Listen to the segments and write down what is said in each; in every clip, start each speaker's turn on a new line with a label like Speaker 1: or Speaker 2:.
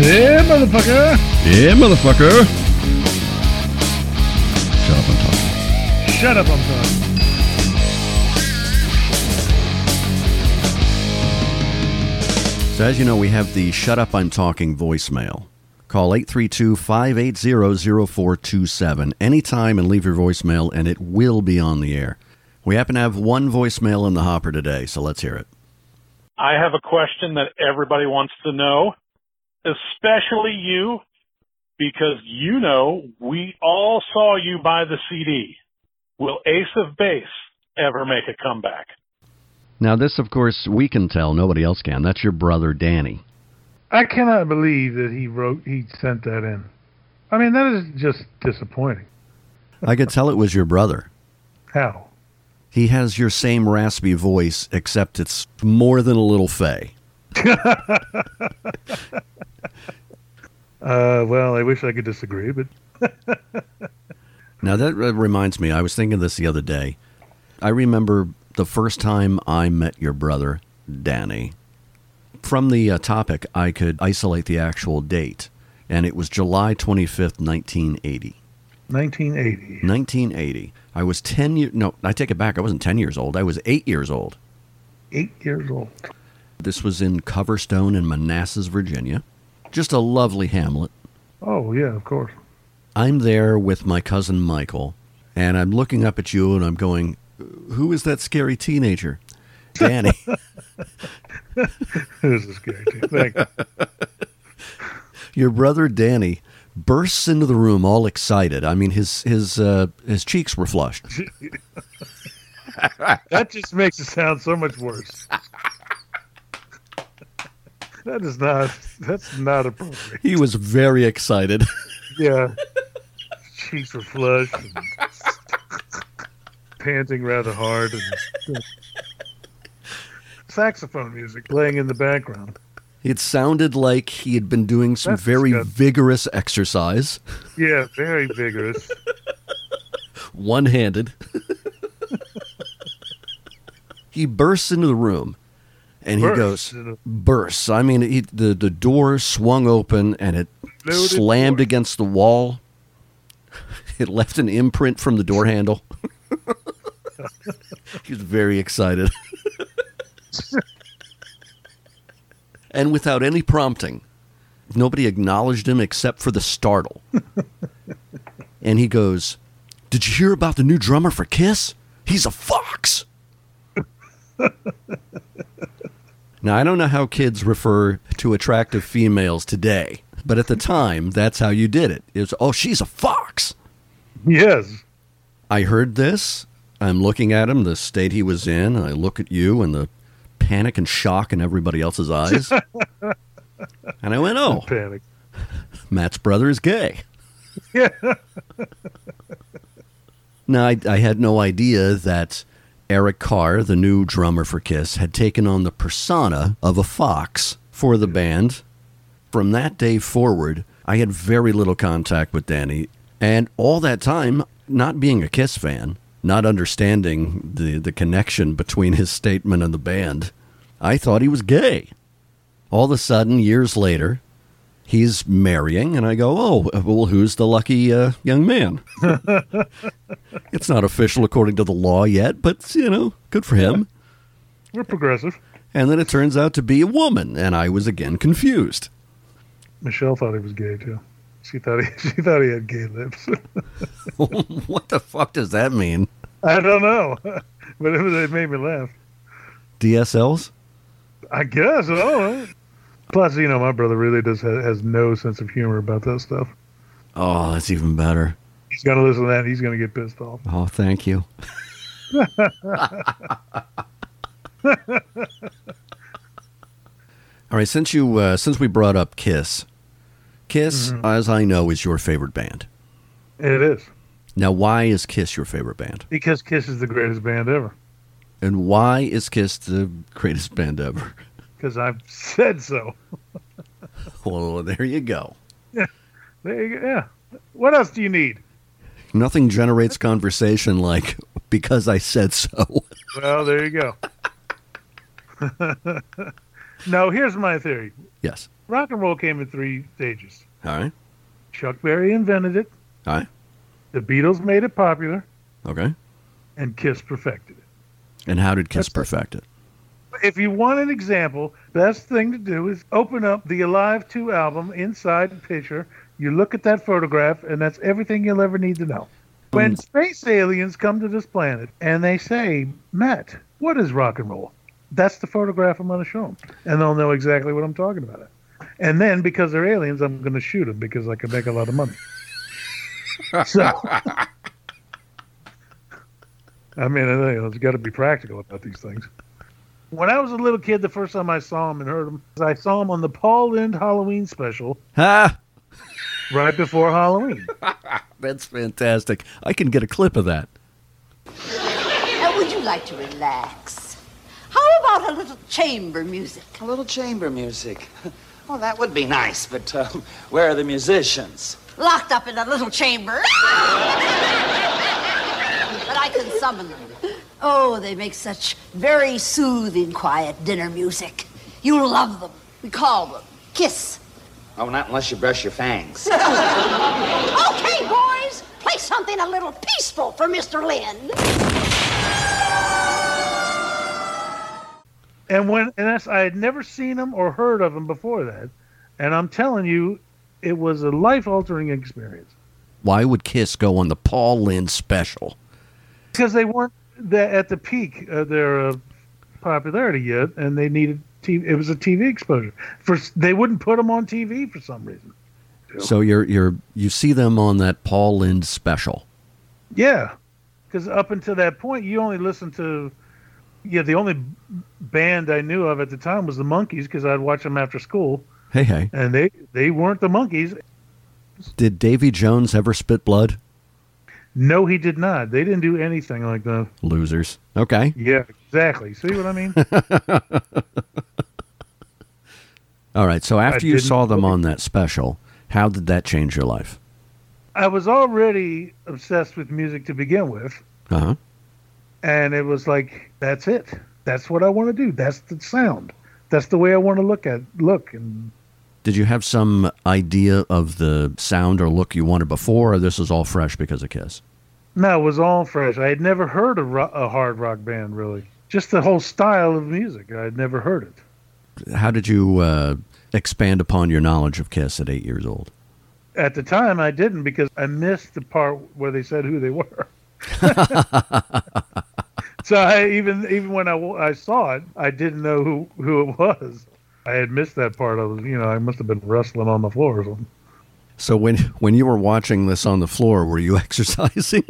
Speaker 1: Yeah, motherfucker.
Speaker 2: Yeah, motherfucker. Shut up and talk.
Speaker 1: Shut up, I'm done.
Speaker 2: So, as you know, we have the Shut Up I'm Talking voicemail. Call 832 580 0427 anytime and leave your voicemail, and it will be on the air. We happen to have one voicemail in the hopper today, so let's hear it.
Speaker 3: I have a question that everybody wants to know, especially you, because you know we all saw you buy the CD. Will Ace of Base ever make a comeback?
Speaker 2: Now, this, of course, we can tell. Nobody else can. That's your brother, Danny.
Speaker 1: I cannot believe that he wrote, he sent that in. I mean, that is just disappointing.
Speaker 2: I could tell it was your brother.
Speaker 1: How?
Speaker 2: He has your same raspy voice, except it's more than a little fey.
Speaker 1: Uh, well, I wish I could disagree, but
Speaker 2: Now that uh, reminds me, I was thinking this the other day. I remember the first time I met your brother, Danny. From the uh, topic, I could isolate the actual date, and it was July 25th, 1980.
Speaker 1: 1980.
Speaker 2: 1980. I was 10 years, no, I take it back. I wasn't 10 years old. I was 8 years old.
Speaker 1: Eight years old.
Speaker 2: This was in Coverstone in Manassas, Virginia. Just a lovely hamlet.
Speaker 1: Oh, yeah, of course.
Speaker 2: I'm there with my cousin Michael, and I'm looking up at you and I'm going, Who is that scary teenager? Danny.
Speaker 1: this is scary. too. Thank you.
Speaker 2: Your brother Danny bursts into the room all excited. I mean, his his uh, his cheeks were flushed.
Speaker 1: That just makes it sound so much worse. That is not. That's not appropriate.
Speaker 2: He was very excited.
Speaker 1: Yeah. Cheeks were flushed. And panting rather hard. And saxophone music playing in the background.
Speaker 2: It sounded like he had been doing some
Speaker 1: That's
Speaker 2: very
Speaker 1: disgusting.
Speaker 2: vigorous exercise,
Speaker 1: Yeah, very vigorous.
Speaker 2: one-handed. he bursts into the room, and he
Speaker 1: Burst
Speaker 2: goes,
Speaker 1: in a-
Speaker 2: bursts. I mean, he, the the door swung open and it
Speaker 1: Loaded
Speaker 2: slammed
Speaker 1: door.
Speaker 2: against the wall. It left an imprint from the door handle. he was very excited. and without any prompting, nobody acknowledged him except for the startle. and he goes, Did you hear about the new drummer for Kiss? He's a fox. Now, I don't know how kids refer to attractive females today, but at the time, that's how you did it. It was, oh, she's a fox.
Speaker 1: Yes.
Speaker 2: I heard this. I'm looking at him, the state he was in, and I look at you and the panic and shock in everybody else's eyes. and I went, oh,
Speaker 1: Panic.
Speaker 2: Matt's brother is gay. now, I, I had no idea that Eric Carr, the new drummer for Kiss, had taken on the persona of a fox for the band. From that day forward, I had very little contact with Danny. And all that time, not being a Kiss fan, not understanding the, the connection between his statement and the band, I thought he was gay. All of a sudden, years later, he's marrying and i go oh well who's the lucky uh, young man it's not official according to the law yet but you know good for him
Speaker 1: We're progressive.
Speaker 2: and then it turns out to be a woman and i was again confused
Speaker 1: Michelle thought he was gay too. She thought he she thought he had gay lips.
Speaker 2: what the fuck does that mean
Speaker 1: I don't know, but it, was, it made me laugh.
Speaker 2: dsls
Speaker 1: I guess. I don't know. Plus, you know, my brother really does ha- has no sense of humor about that stuff.
Speaker 2: oh that's even better
Speaker 1: He's gonna listen to that. And he's gonna get pissed off.
Speaker 2: oh thank you all right since you uh, since we brought up kiss kiss as i know is your favorite band
Speaker 1: It is
Speaker 2: Now, why is Kiss your favorite band?
Speaker 1: because Kiss is the greatest band ever.
Speaker 2: And why is Kiss the greatest band ever?
Speaker 1: Because I've said so.
Speaker 2: Well, there you go.
Speaker 1: There you go. Yeah. What else do you need?
Speaker 2: Nothing generates conversation like because I said so.
Speaker 1: Well, there you go. no, here's my theory.
Speaker 2: yes.
Speaker 1: Rock and roll came in three stages.
Speaker 2: All right.
Speaker 1: Chuck Berry invented it.
Speaker 2: All right.
Speaker 1: The Beatles made it popular,
Speaker 2: Okay.
Speaker 1: and Kiss perfected it.
Speaker 2: And how did Kiss
Speaker 1: That's-
Speaker 2: perfect it?
Speaker 1: If you want an example, best thing to do is open up the Alive 2 album inside picture. You look at that photograph, and that's everything you'll ever need to know. When
Speaker 2: Um,
Speaker 1: space aliens come to this planet and they say, Matt, what is rock and roll? That's the photograph I'm going to show them. And they'll know exactly what I'm talking about. And then, because they're aliens, I'm going to shoot them because I can make a lot of money. so, I mean, I know, it's got to be practical about these things. When I was a little kid, the first time I saw him and heard him, I saw him on the Paul Lind Halloween special
Speaker 2: Ah,
Speaker 1: right before Halloween.
Speaker 2: that's fantastic. I can get a clip of that.
Speaker 4: Now, would you like to relax? How about a little chamber music?
Speaker 5: A little chamber music. Well, that would be nice, but uh, where are the musicians?
Speaker 4: Locked up in a little chamber. but I can summon them. Oh, they make such very soothing, quiet dinner music. You'll love them. We call them Kiss.
Speaker 5: Oh, not unless you brush your fangs.
Speaker 4: Okay, boys, play something a little peaceful for Mr. Lynn.
Speaker 1: And when and that's, I had never seen him or heard of him before that, and I'm telling you, it was a life altering experience
Speaker 2: Why would Kiss go on the Paul Lynn special?
Speaker 1: because they weren't the, at the peak of their uh, popularity yet, and they needed TV. It was a TV exposure for s- they wouldn't put him on TV for some reason.
Speaker 2: So you're you're you see them on that Paul Lynn special.
Speaker 1: Yeah, because up until that point, you only listened to yeah. The only band I knew of at the time was the Monkees because I'd watch them after school,
Speaker 2: Hey hey,
Speaker 1: and they they weren't the Monkees.
Speaker 2: did Davy Jones ever spit blood?
Speaker 1: No, he did not. They didn't do anything like that.
Speaker 2: Losers. Okay.
Speaker 1: Yeah, exactly. See what I mean?
Speaker 2: All right. So after
Speaker 1: I
Speaker 2: you
Speaker 1: didn't-
Speaker 2: saw them on that special, how did that change your life?
Speaker 1: I was already obsessed with music to begin with,
Speaker 2: Uh huh.
Speaker 1: and it was like, that's it. That's what I want to do. That's the sound. That's the way I want to look at look. And
Speaker 2: Did you have some idea of the sound or look you wanted before, or this is all fresh because of Kiss?
Speaker 1: no, it was all fresh. I had never heard a, ro- a hard rock band really. Just the whole style of music. I had never heard it.
Speaker 2: How did you uh, expand upon your knowledge of Kiss at eight years old?
Speaker 1: At the time, I didn't because I missed the part where they said who they were. so I even even when I, wa- I saw it, I didn't know who who it was. I had missed that part. I was you know I must have been wrestling on the floor or something.
Speaker 2: So when when you were watching this on the floor, were you exercising?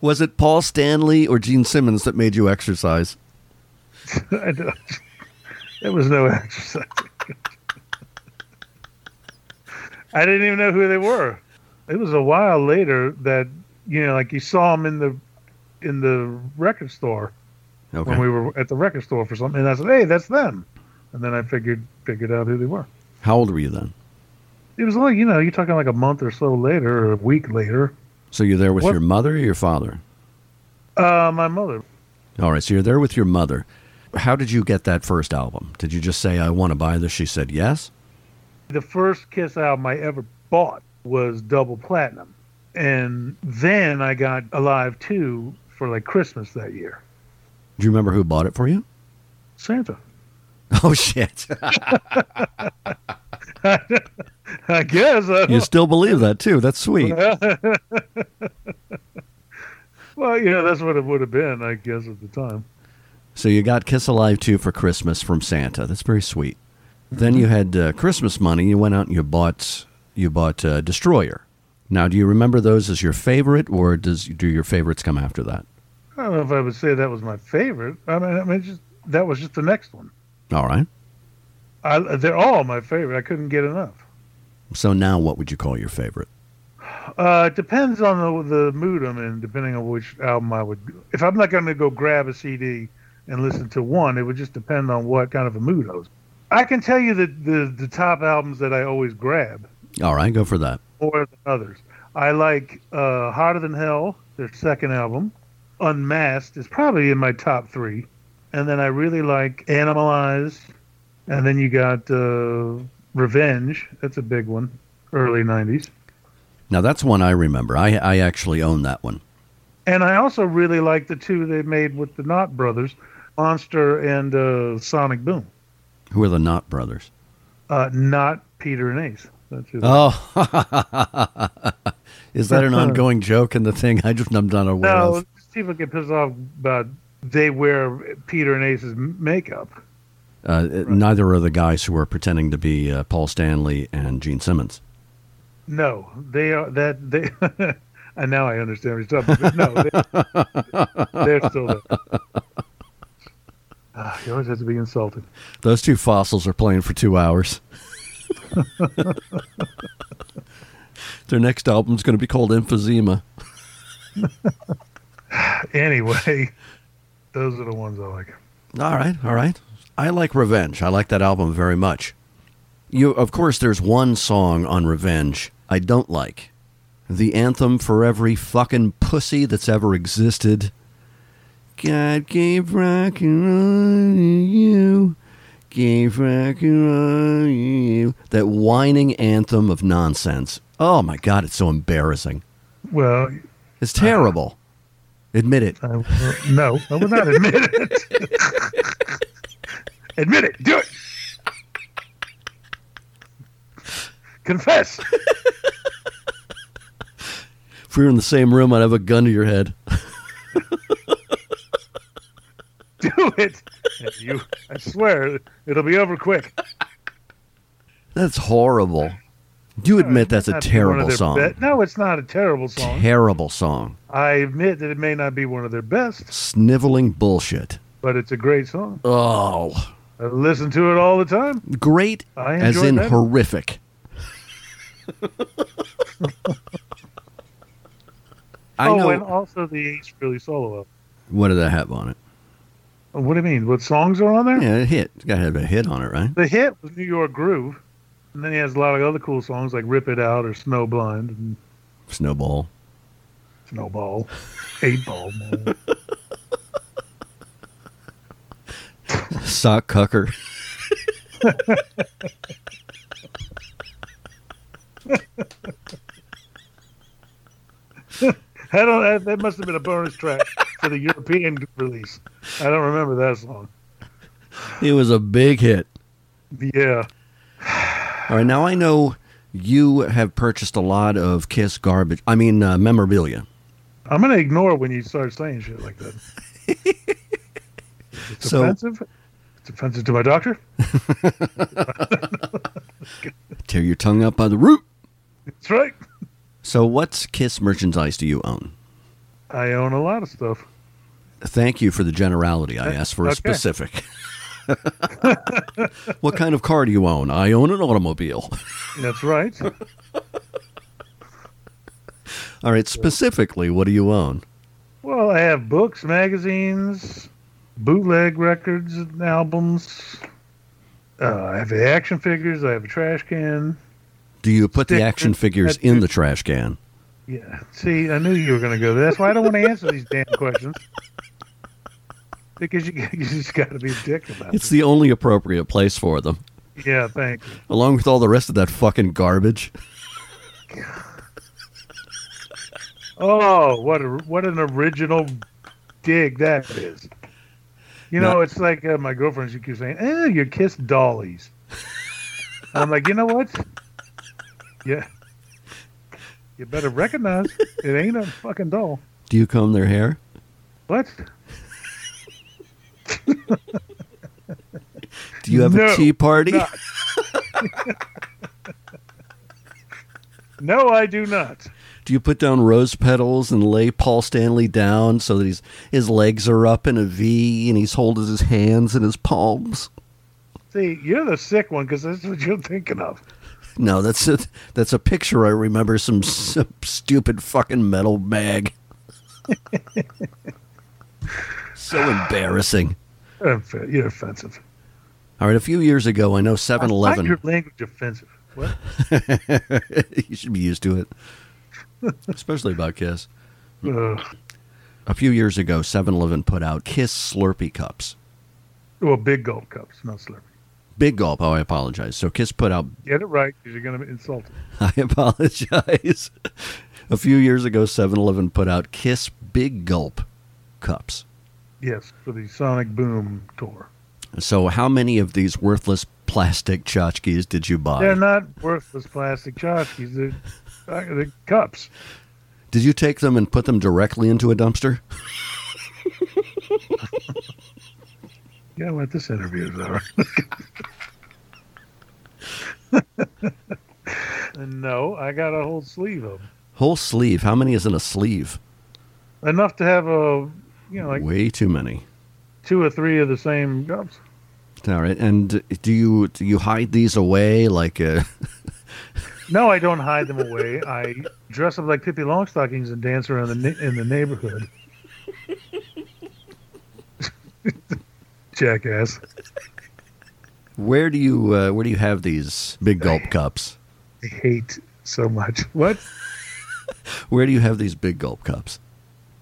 Speaker 2: Was it Paul Stanley or Gene Simmons that made you exercise?
Speaker 1: I don't- there was no exercise. I didn't even know who they were. It was a while later that you know like you saw them in the in the record store.
Speaker 2: Okay.
Speaker 1: when we were at the record store for something, and I said, "Hey, that's them," and then I figured figured out who they were.
Speaker 2: How old were you then?
Speaker 1: It was like you know, you're talking like a month or so later, or a week later.
Speaker 2: So you're there with
Speaker 1: What-
Speaker 2: your mother or your father?
Speaker 1: Uh, my mother.
Speaker 2: All right, so you're there with your mother. How did you get that first album? Did you just say, I want to buy this? She said, yes.
Speaker 1: The first Kiss album I ever bought was double platinum, and then I got Alive Two for like Christmas that year.
Speaker 2: Do you remember who bought it for you?
Speaker 1: Santa.
Speaker 2: Oh, shit.
Speaker 1: I guess. uh, I
Speaker 2: you still believe that, too. That's sweet.
Speaker 1: well, you know, that's what it would have been, I guess, at the time.
Speaker 2: So you got Kiss Alive 2 for Christmas from Santa. That's very sweet. Then you had uh, Christmas money. You went out and you bought you bought uh, Destroyer. Now, do you remember those as your favorite, or does do your favorites come after that?
Speaker 1: I don't know if I would say that was my favorite. I mean, I mean, just that was just the next one.
Speaker 2: All right.
Speaker 1: I, they're all my favorite. I couldn't get enough.
Speaker 2: So now, what would you call your favorite?
Speaker 1: Uh, it depends on the, the mood I'm in, depending on which album I would. If I'm not going to go grab a CD and listen to one, it would just depend on what kind of a mood I was. I can tell you that the the top albums that I always grab
Speaker 2: All right, go for that.
Speaker 1: more than others. I like uh, Hotter Than Hell, their second album. Unmasked is probably in my top three. And then I really like Animalized. And then you got uh, Revenge. That's a big one, early 90s.
Speaker 2: Now that's one I remember. I I actually own that one.
Speaker 1: And I also really like the two they made with the Knott brothers, Monster and uh, Sonic Boom.
Speaker 2: Who are the Knott brothers?
Speaker 1: Uh, not Peter and Ace. That's who-
Speaker 2: Oh, is that an ongoing joke in the thing? I just I'm not aware
Speaker 1: no,
Speaker 2: of.
Speaker 1: people get pissed off about they wear Peter and Ace's m- makeup.
Speaker 2: Uh, Neither are the guys who are pretending to be uh, Paul Stanley and Gene Simmons.
Speaker 1: No, they are that they. and now I understand what you're talking about. No, they, they're still there. Ah, you always have to be insulted.
Speaker 2: Those two fossils are playing for two hours. Their next album's going to be called Emphysema.
Speaker 1: Anyway, those are the ones I like.
Speaker 2: All right, all right. I like Revenge. I like that album very much. You, of course, there's one song on Revenge I don't like. The anthem for every fucking pussy that's ever existed. God gave rock and roll to you. Gave rock and roll to you. That whining anthem of nonsense. Oh my God, it's so embarrassing.
Speaker 1: Well,
Speaker 2: It's terrible. Admit it.
Speaker 1: I, will- no, I will not admit it. admit it. Do it. Confess.
Speaker 2: If we were in the same room, I'd have a gun to your head.
Speaker 1: Do it. And you, I swear, it'll be over quick.
Speaker 2: That's horrible. Do admit that's a
Speaker 1: Not be one of
Speaker 2: terrible
Speaker 1: their
Speaker 2: song.
Speaker 1: be- no, it's not a terrible song.
Speaker 2: Terrible song.
Speaker 1: I admit that it may not be one of their best,
Speaker 2: Sniveling bullshit.
Speaker 1: but it's a great song.
Speaker 2: Oh,
Speaker 1: I listen to it all the time.
Speaker 2: great
Speaker 1: I
Speaker 2: as
Speaker 1: enjoyed
Speaker 2: in
Speaker 1: that.
Speaker 2: horrific. I
Speaker 1: oh,
Speaker 2: know.
Speaker 1: and also the Ace Frehley solo album.
Speaker 2: what did that have on it?
Speaker 1: What do you mean? What songs are on there?
Speaker 2: Yeah, it hit. It's got to have a hit on it, right?
Speaker 1: The hit was New York Groove, and then he has a lot of other cool songs like Rip It Out or Snowblind and
Speaker 2: Snowball.
Speaker 1: Snowball, Eight Ball. man.
Speaker 2: Sock cucker.
Speaker 1: I don't. That, that must have been a bonus track for the European release. I don't remember that song.
Speaker 2: It was a big hit.
Speaker 1: Yeah.
Speaker 2: All right, now I know you have purchased a lot of Kiss garbage. I mean, uh, memorabilia.
Speaker 1: I'm gonna ignore when you start saying shit like that. It's
Speaker 2: So-
Speaker 1: offensive. It's offensive to my doctor.
Speaker 2: Tear your tongue up by the root.
Speaker 1: That's right.
Speaker 2: So, what's Kiss merchandise do you own?
Speaker 1: I own a lot of stuff.
Speaker 2: Thank you for the generality. I asked for a
Speaker 1: Uh, okay.
Speaker 2: specific. what kind of car do you own? I own an automobile.
Speaker 1: That's right.
Speaker 2: All right, specifically, what do you own?
Speaker 1: well, I have books, magazines, bootleg records, and albums. Uh, I have action figures. I have a trash can.
Speaker 2: Do you put the
Speaker 1: Stickers,
Speaker 2: action figures in the trash can?
Speaker 1: Yeah. See, I knew you were going to go there. That's why I don't want to answer these damn questions. Because you, you just got to be a dick about
Speaker 2: It's the only appropriate place for them,
Speaker 1: it. Yeah, thank you.
Speaker 2: along with all the rest of that fucking garbage.
Speaker 1: Oh, what a, what an original dig that is. You know,
Speaker 2: No.
Speaker 1: it's like uh, my girlfriend. She keeps saying, "Eh, your kiss dollies." I'm like, you know what? Yeah, you better recognize it ain't a fucking doll.
Speaker 2: Do you comb their hair?
Speaker 1: What?
Speaker 2: Do you have a
Speaker 1: No,
Speaker 2: tea party?
Speaker 1: not. No, I do not.
Speaker 2: Do you put down rose petals and lay Paul Stanley down so that he's, his legs are up in a V and he's holding his hands in his palms?
Speaker 1: See, you're the sick one because that's what you're thinking of.
Speaker 2: No, that's a, that's a picture I remember some, some stupid fucking metal mag. so embarrassing.
Speaker 1: You're off- You're offensive.
Speaker 2: All right, a few years ago, I know
Speaker 1: I find
Speaker 2: 7-Eleven.
Speaker 1: Your language offensive. What?
Speaker 2: you should be used to it. especially about Kiss.
Speaker 1: Ugh.
Speaker 2: A few years ago, 7 Eleven put out Kiss Slurpee cups.
Speaker 1: Well, big gulp cups, not slurpee.
Speaker 2: Big gulp, oh, I apologize. So Kiss put out
Speaker 1: Get it right, because you're going to be insulted.
Speaker 2: I apologize. A few years ago, 7 Eleven put out Kiss Big Gulp cups.
Speaker 1: Yes, for the Sonic Boom tour.
Speaker 2: So, how many of these worthless plastic tchotchkes did you buy?
Speaker 1: They're not worthless plastic tchotchkes. They're, uh, they're cups.
Speaker 2: did you take them and put them directly into a dumpster?
Speaker 1: Yeah, what this interview is all right. And no, I got a whole sleeve of 'em.
Speaker 2: Whole sleeve. How many is in a sleeve?
Speaker 1: Enough to have a, you know, like
Speaker 2: Way too many.
Speaker 1: two or three of the same cups.
Speaker 2: All right. And do you do you hide these away like uh,
Speaker 1: No, I don't hide them away. I dress up like Pippi Longstockings and dance around the ne- in the neighborhood. Jackass.
Speaker 2: where do you uh, where do you have these big gulp cups?
Speaker 1: I hate so much. What?
Speaker 2: Where do you have these big gulp cups?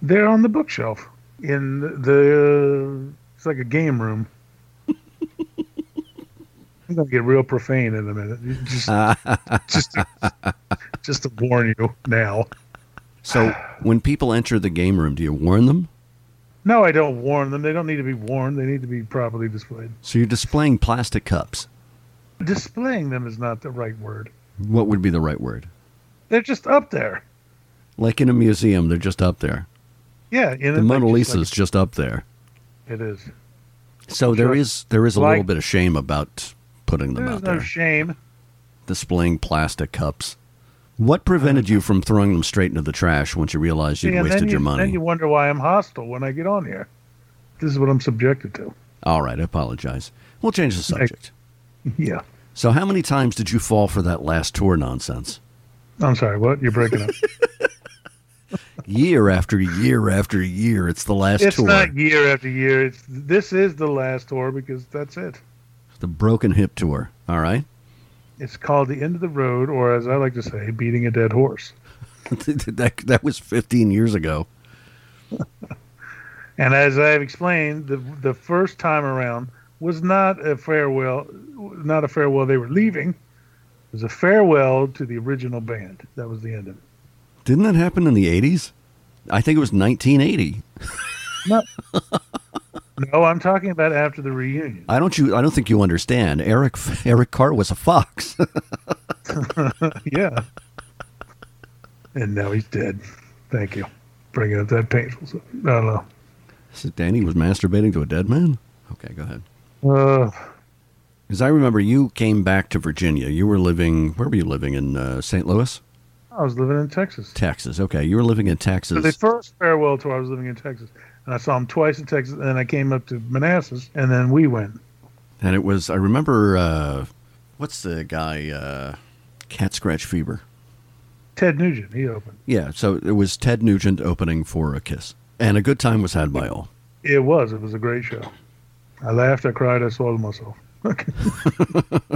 Speaker 1: They're on the bookshelf in the. It's like a game room. I'm gonna get real profane in a minute. You Just, just, just to warn you now.
Speaker 2: So when people enter the game room, do you warn them?
Speaker 1: No, I don't warn them. They don't need to be warned. They need to be properly displayed.
Speaker 2: So you're displaying plastic cups.
Speaker 1: Displaying them is not the right word.
Speaker 2: What would be the right word?
Speaker 1: They're just up there.
Speaker 2: Like in a museum, they're just up there.
Speaker 1: Yeah, in
Speaker 2: The
Speaker 1: it, like,
Speaker 2: Mona
Speaker 1: just
Speaker 2: Lisa is just up there.
Speaker 1: like- it is.
Speaker 2: So there
Speaker 1: Sure.
Speaker 2: is there is a
Speaker 1: Like-
Speaker 2: little bit of shame about putting them
Speaker 1: There's
Speaker 2: out
Speaker 1: no
Speaker 2: there,
Speaker 1: shame.
Speaker 2: displaying plastic cups. What prevented you from throwing them straight into the trash once you realized you'd
Speaker 1: See, and
Speaker 2: wasted
Speaker 1: then
Speaker 2: your
Speaker 1: you,
Speaker 2: money?
Speaker 1: Then you wonder why I'm hostile when I get on here. This is what I'm subjected to.
Speaker 2: All right, I apologize. We'll change the subject.
Speaker 1: Yeah.
Speaker 2: So, how many times did you fall for that last tour nonsense?
Speaker 1: I'm sorry. What? You're breaking up.
Speaker 2: Year after year after year, it's the last
Speaker 1: it's
Speaker 2: tour.
Speaker 1: not year after year. It's this is the last tour because that's it.
Speaker 2: The broken hip tour. All right.
Speaker 1: It's called the end of the road, or as I like to say, beating a dead horse.
Speaker 2: that, that was 15 years ago.
Speaker 1: And as I've explained, the the first time around was not a farewell, not a farewell. They were leaving. It was a farewell to the original band. That was the end of it.
Speaker 2: Didn't that happen in the 80s? I think it was 1980.
Speaker 1: No, no, I'm talking about after the reunion.
Speaker 2: I don't you I don't think you understand. Eric Eric Carr was a fox.
Speaker 1: Yeah. And now he's dead. Thank you. Bringing up that painful. sub- I don't know.
Speaker 2: So Danny was masturbating to a dead man. Okay, go ahead.
Speaker 1: Uh,
Speaker 2: Because I remember you came back to Virginia. You were living where were you living in uh, St. Louis,
Speaker 1: I was living in Texas.
Speaker 2: Texas? Okay, you were living in
Speaker 1: So the
Speaker 2: Texas.
Speaker 1: first farewell tour, I was living in Texas, and I saw him twice in Texas, and then I came up to Manassas, and then we went.
Speaker 2: And it was I remember uh, what's the guy uh, Cat Scratch Fever.
Speaker 1: Ted Nugent, he opened.
Speaker 2: Yeah, so it was Ted Nugent opening for a kiss. And a good time was had by all.
Speaker 1: It was. It was a great show. I laughed. I cried. I swallowed myself.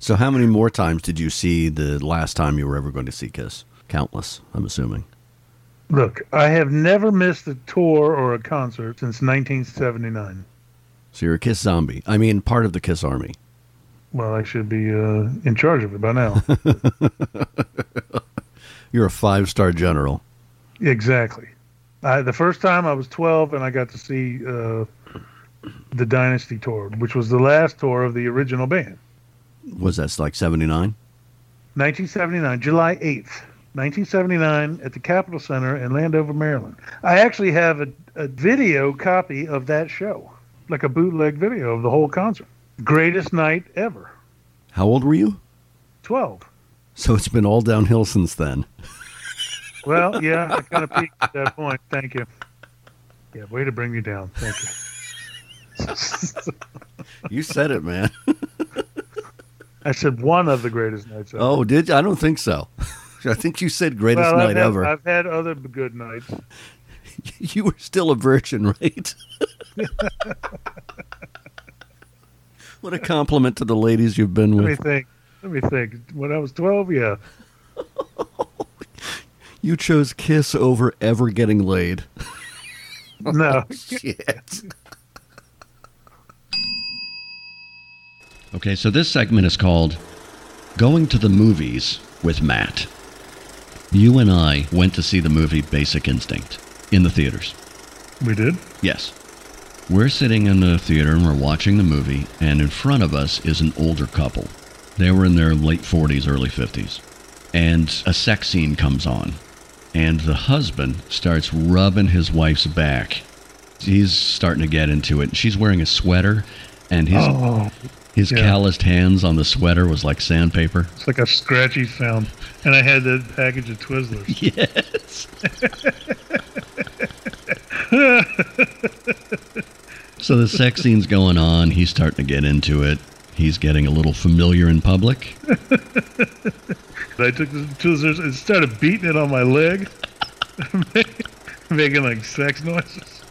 Speaker 2: So how many more times did you see the last time you were ever going to see Kiss? Countless, I'm assuming.
Speaker 1: Look, I have never missed a tour or a concert since 1979.
Speaker 2: So you're a Kiss zombie. I mean, part of the Kiss army.
Speaker 1: Well, I should be uh, in charge of it by now.
Speaker 2: You're a five-star general.
Speaker 1: exactly. I, the first time I was 12, and I got to see uh, the Dynasty tour, which was the last tour of the original band.
Speaker 2: Was that like 79?
Speaker 1: 1979, July 8th, 1979, at the Capitol Center in Landover, Maryland. I actually have a, a video copy of that show, like a bootleg video of the whole concert. Greatest night ever.
Speaker 2: How old were you?
Speaker 1: 12.
Speaker 2: So it's been all downhill since then.
Speaker 1: Well, yeah, I kind of peaked at that point. Thank you. Yeah, way to bring me down. Thank you.
Speaker 2: You said it, man.
Speaker 1: I said one of the greatest nights ever.
Speaker 2: oh, did you? I don't think so. I think you said greatest
Speaker 1: well,
Speaker 2: night
Speaker 1: I've had,
Speaker 2: ever.
Speaker 1: I've had other good nights.
Speaker 2: You were still a virgin, right? what a compliment to the ladies you've been
Speaker 1: Let me
Speaker 2: with.
Speaker 1: think. Let me think. When I was 12, yeah.
Speaker 2: You chose Kiss over ever getting laid.
Speaker 1: No.
Speaker 2: Shit. okay, so this segment is called Going to the Movies with Matt. You and I went to see the movie Basic Instinct in the theaters.
Speaker 1: We did?
Speaker 2: Yes. We're sitting in the theater and we're watching the movie, and in front of us is an older couple. They were in their late 40s, early 50s. And a sex scene comes on, and the husband starts rubbing his wife's back. He's starting to get into it. She's wearing a sweater, and his,
Speaker 1: Oh,
Speaker 2: his
Speaker 1: yeah.
Speaker 2: calloused hands on the sweater was like sandpaper.
Speaker 1: it's like a scratchy sound. And I had that package of Twizzlers.
Speaker 2: Yes. so the sex scene's going on. He's starting to get into it. He's getting a little familiar in public.
Speaker 1: I took the Twizzlers and started beating it on my leg, making like sex noises.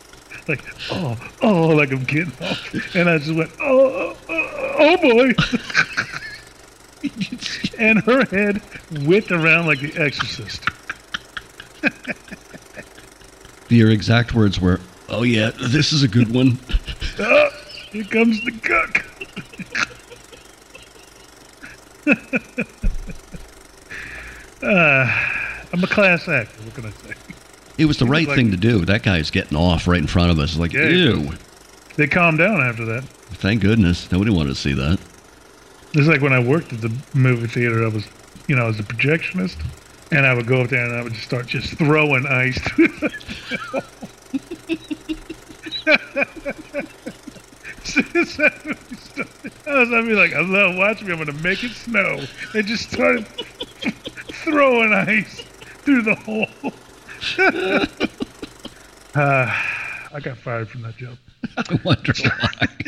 Speaker 1: Like, oh, oh, like I'm getting off. And I just went, oh, oh, oh, oh boy. and her head whipped around like the exorcist.
Speaker 2: Your exact words were, "Oh yeah, this is a good one."
Speaker 1: Oh, here comes the cook. uh, I'm a class act. What can I say?
Speaker 2: It was the right
Speaker 1: like-
Speaker 2: thing to do. That guy's getting off right in front of us. Like,
Speaker 1: Yeah.
Speaker 2: ew.
Speaker 1: They calmed down after that.
Speaker 2: Thank goodness nobody wanted to see that.
Speaker 1: It's like when I worked at the movie theater. I was, you know, I was a projectionist, and I would go up there and I would just start just throwing ice. Since I started- I was I'd be like, I love watch me. I'm gonna make it snow, and just started throwing ice through the hole. uh, Ah, I got fired from that job.
Speaker 2: I wonder why.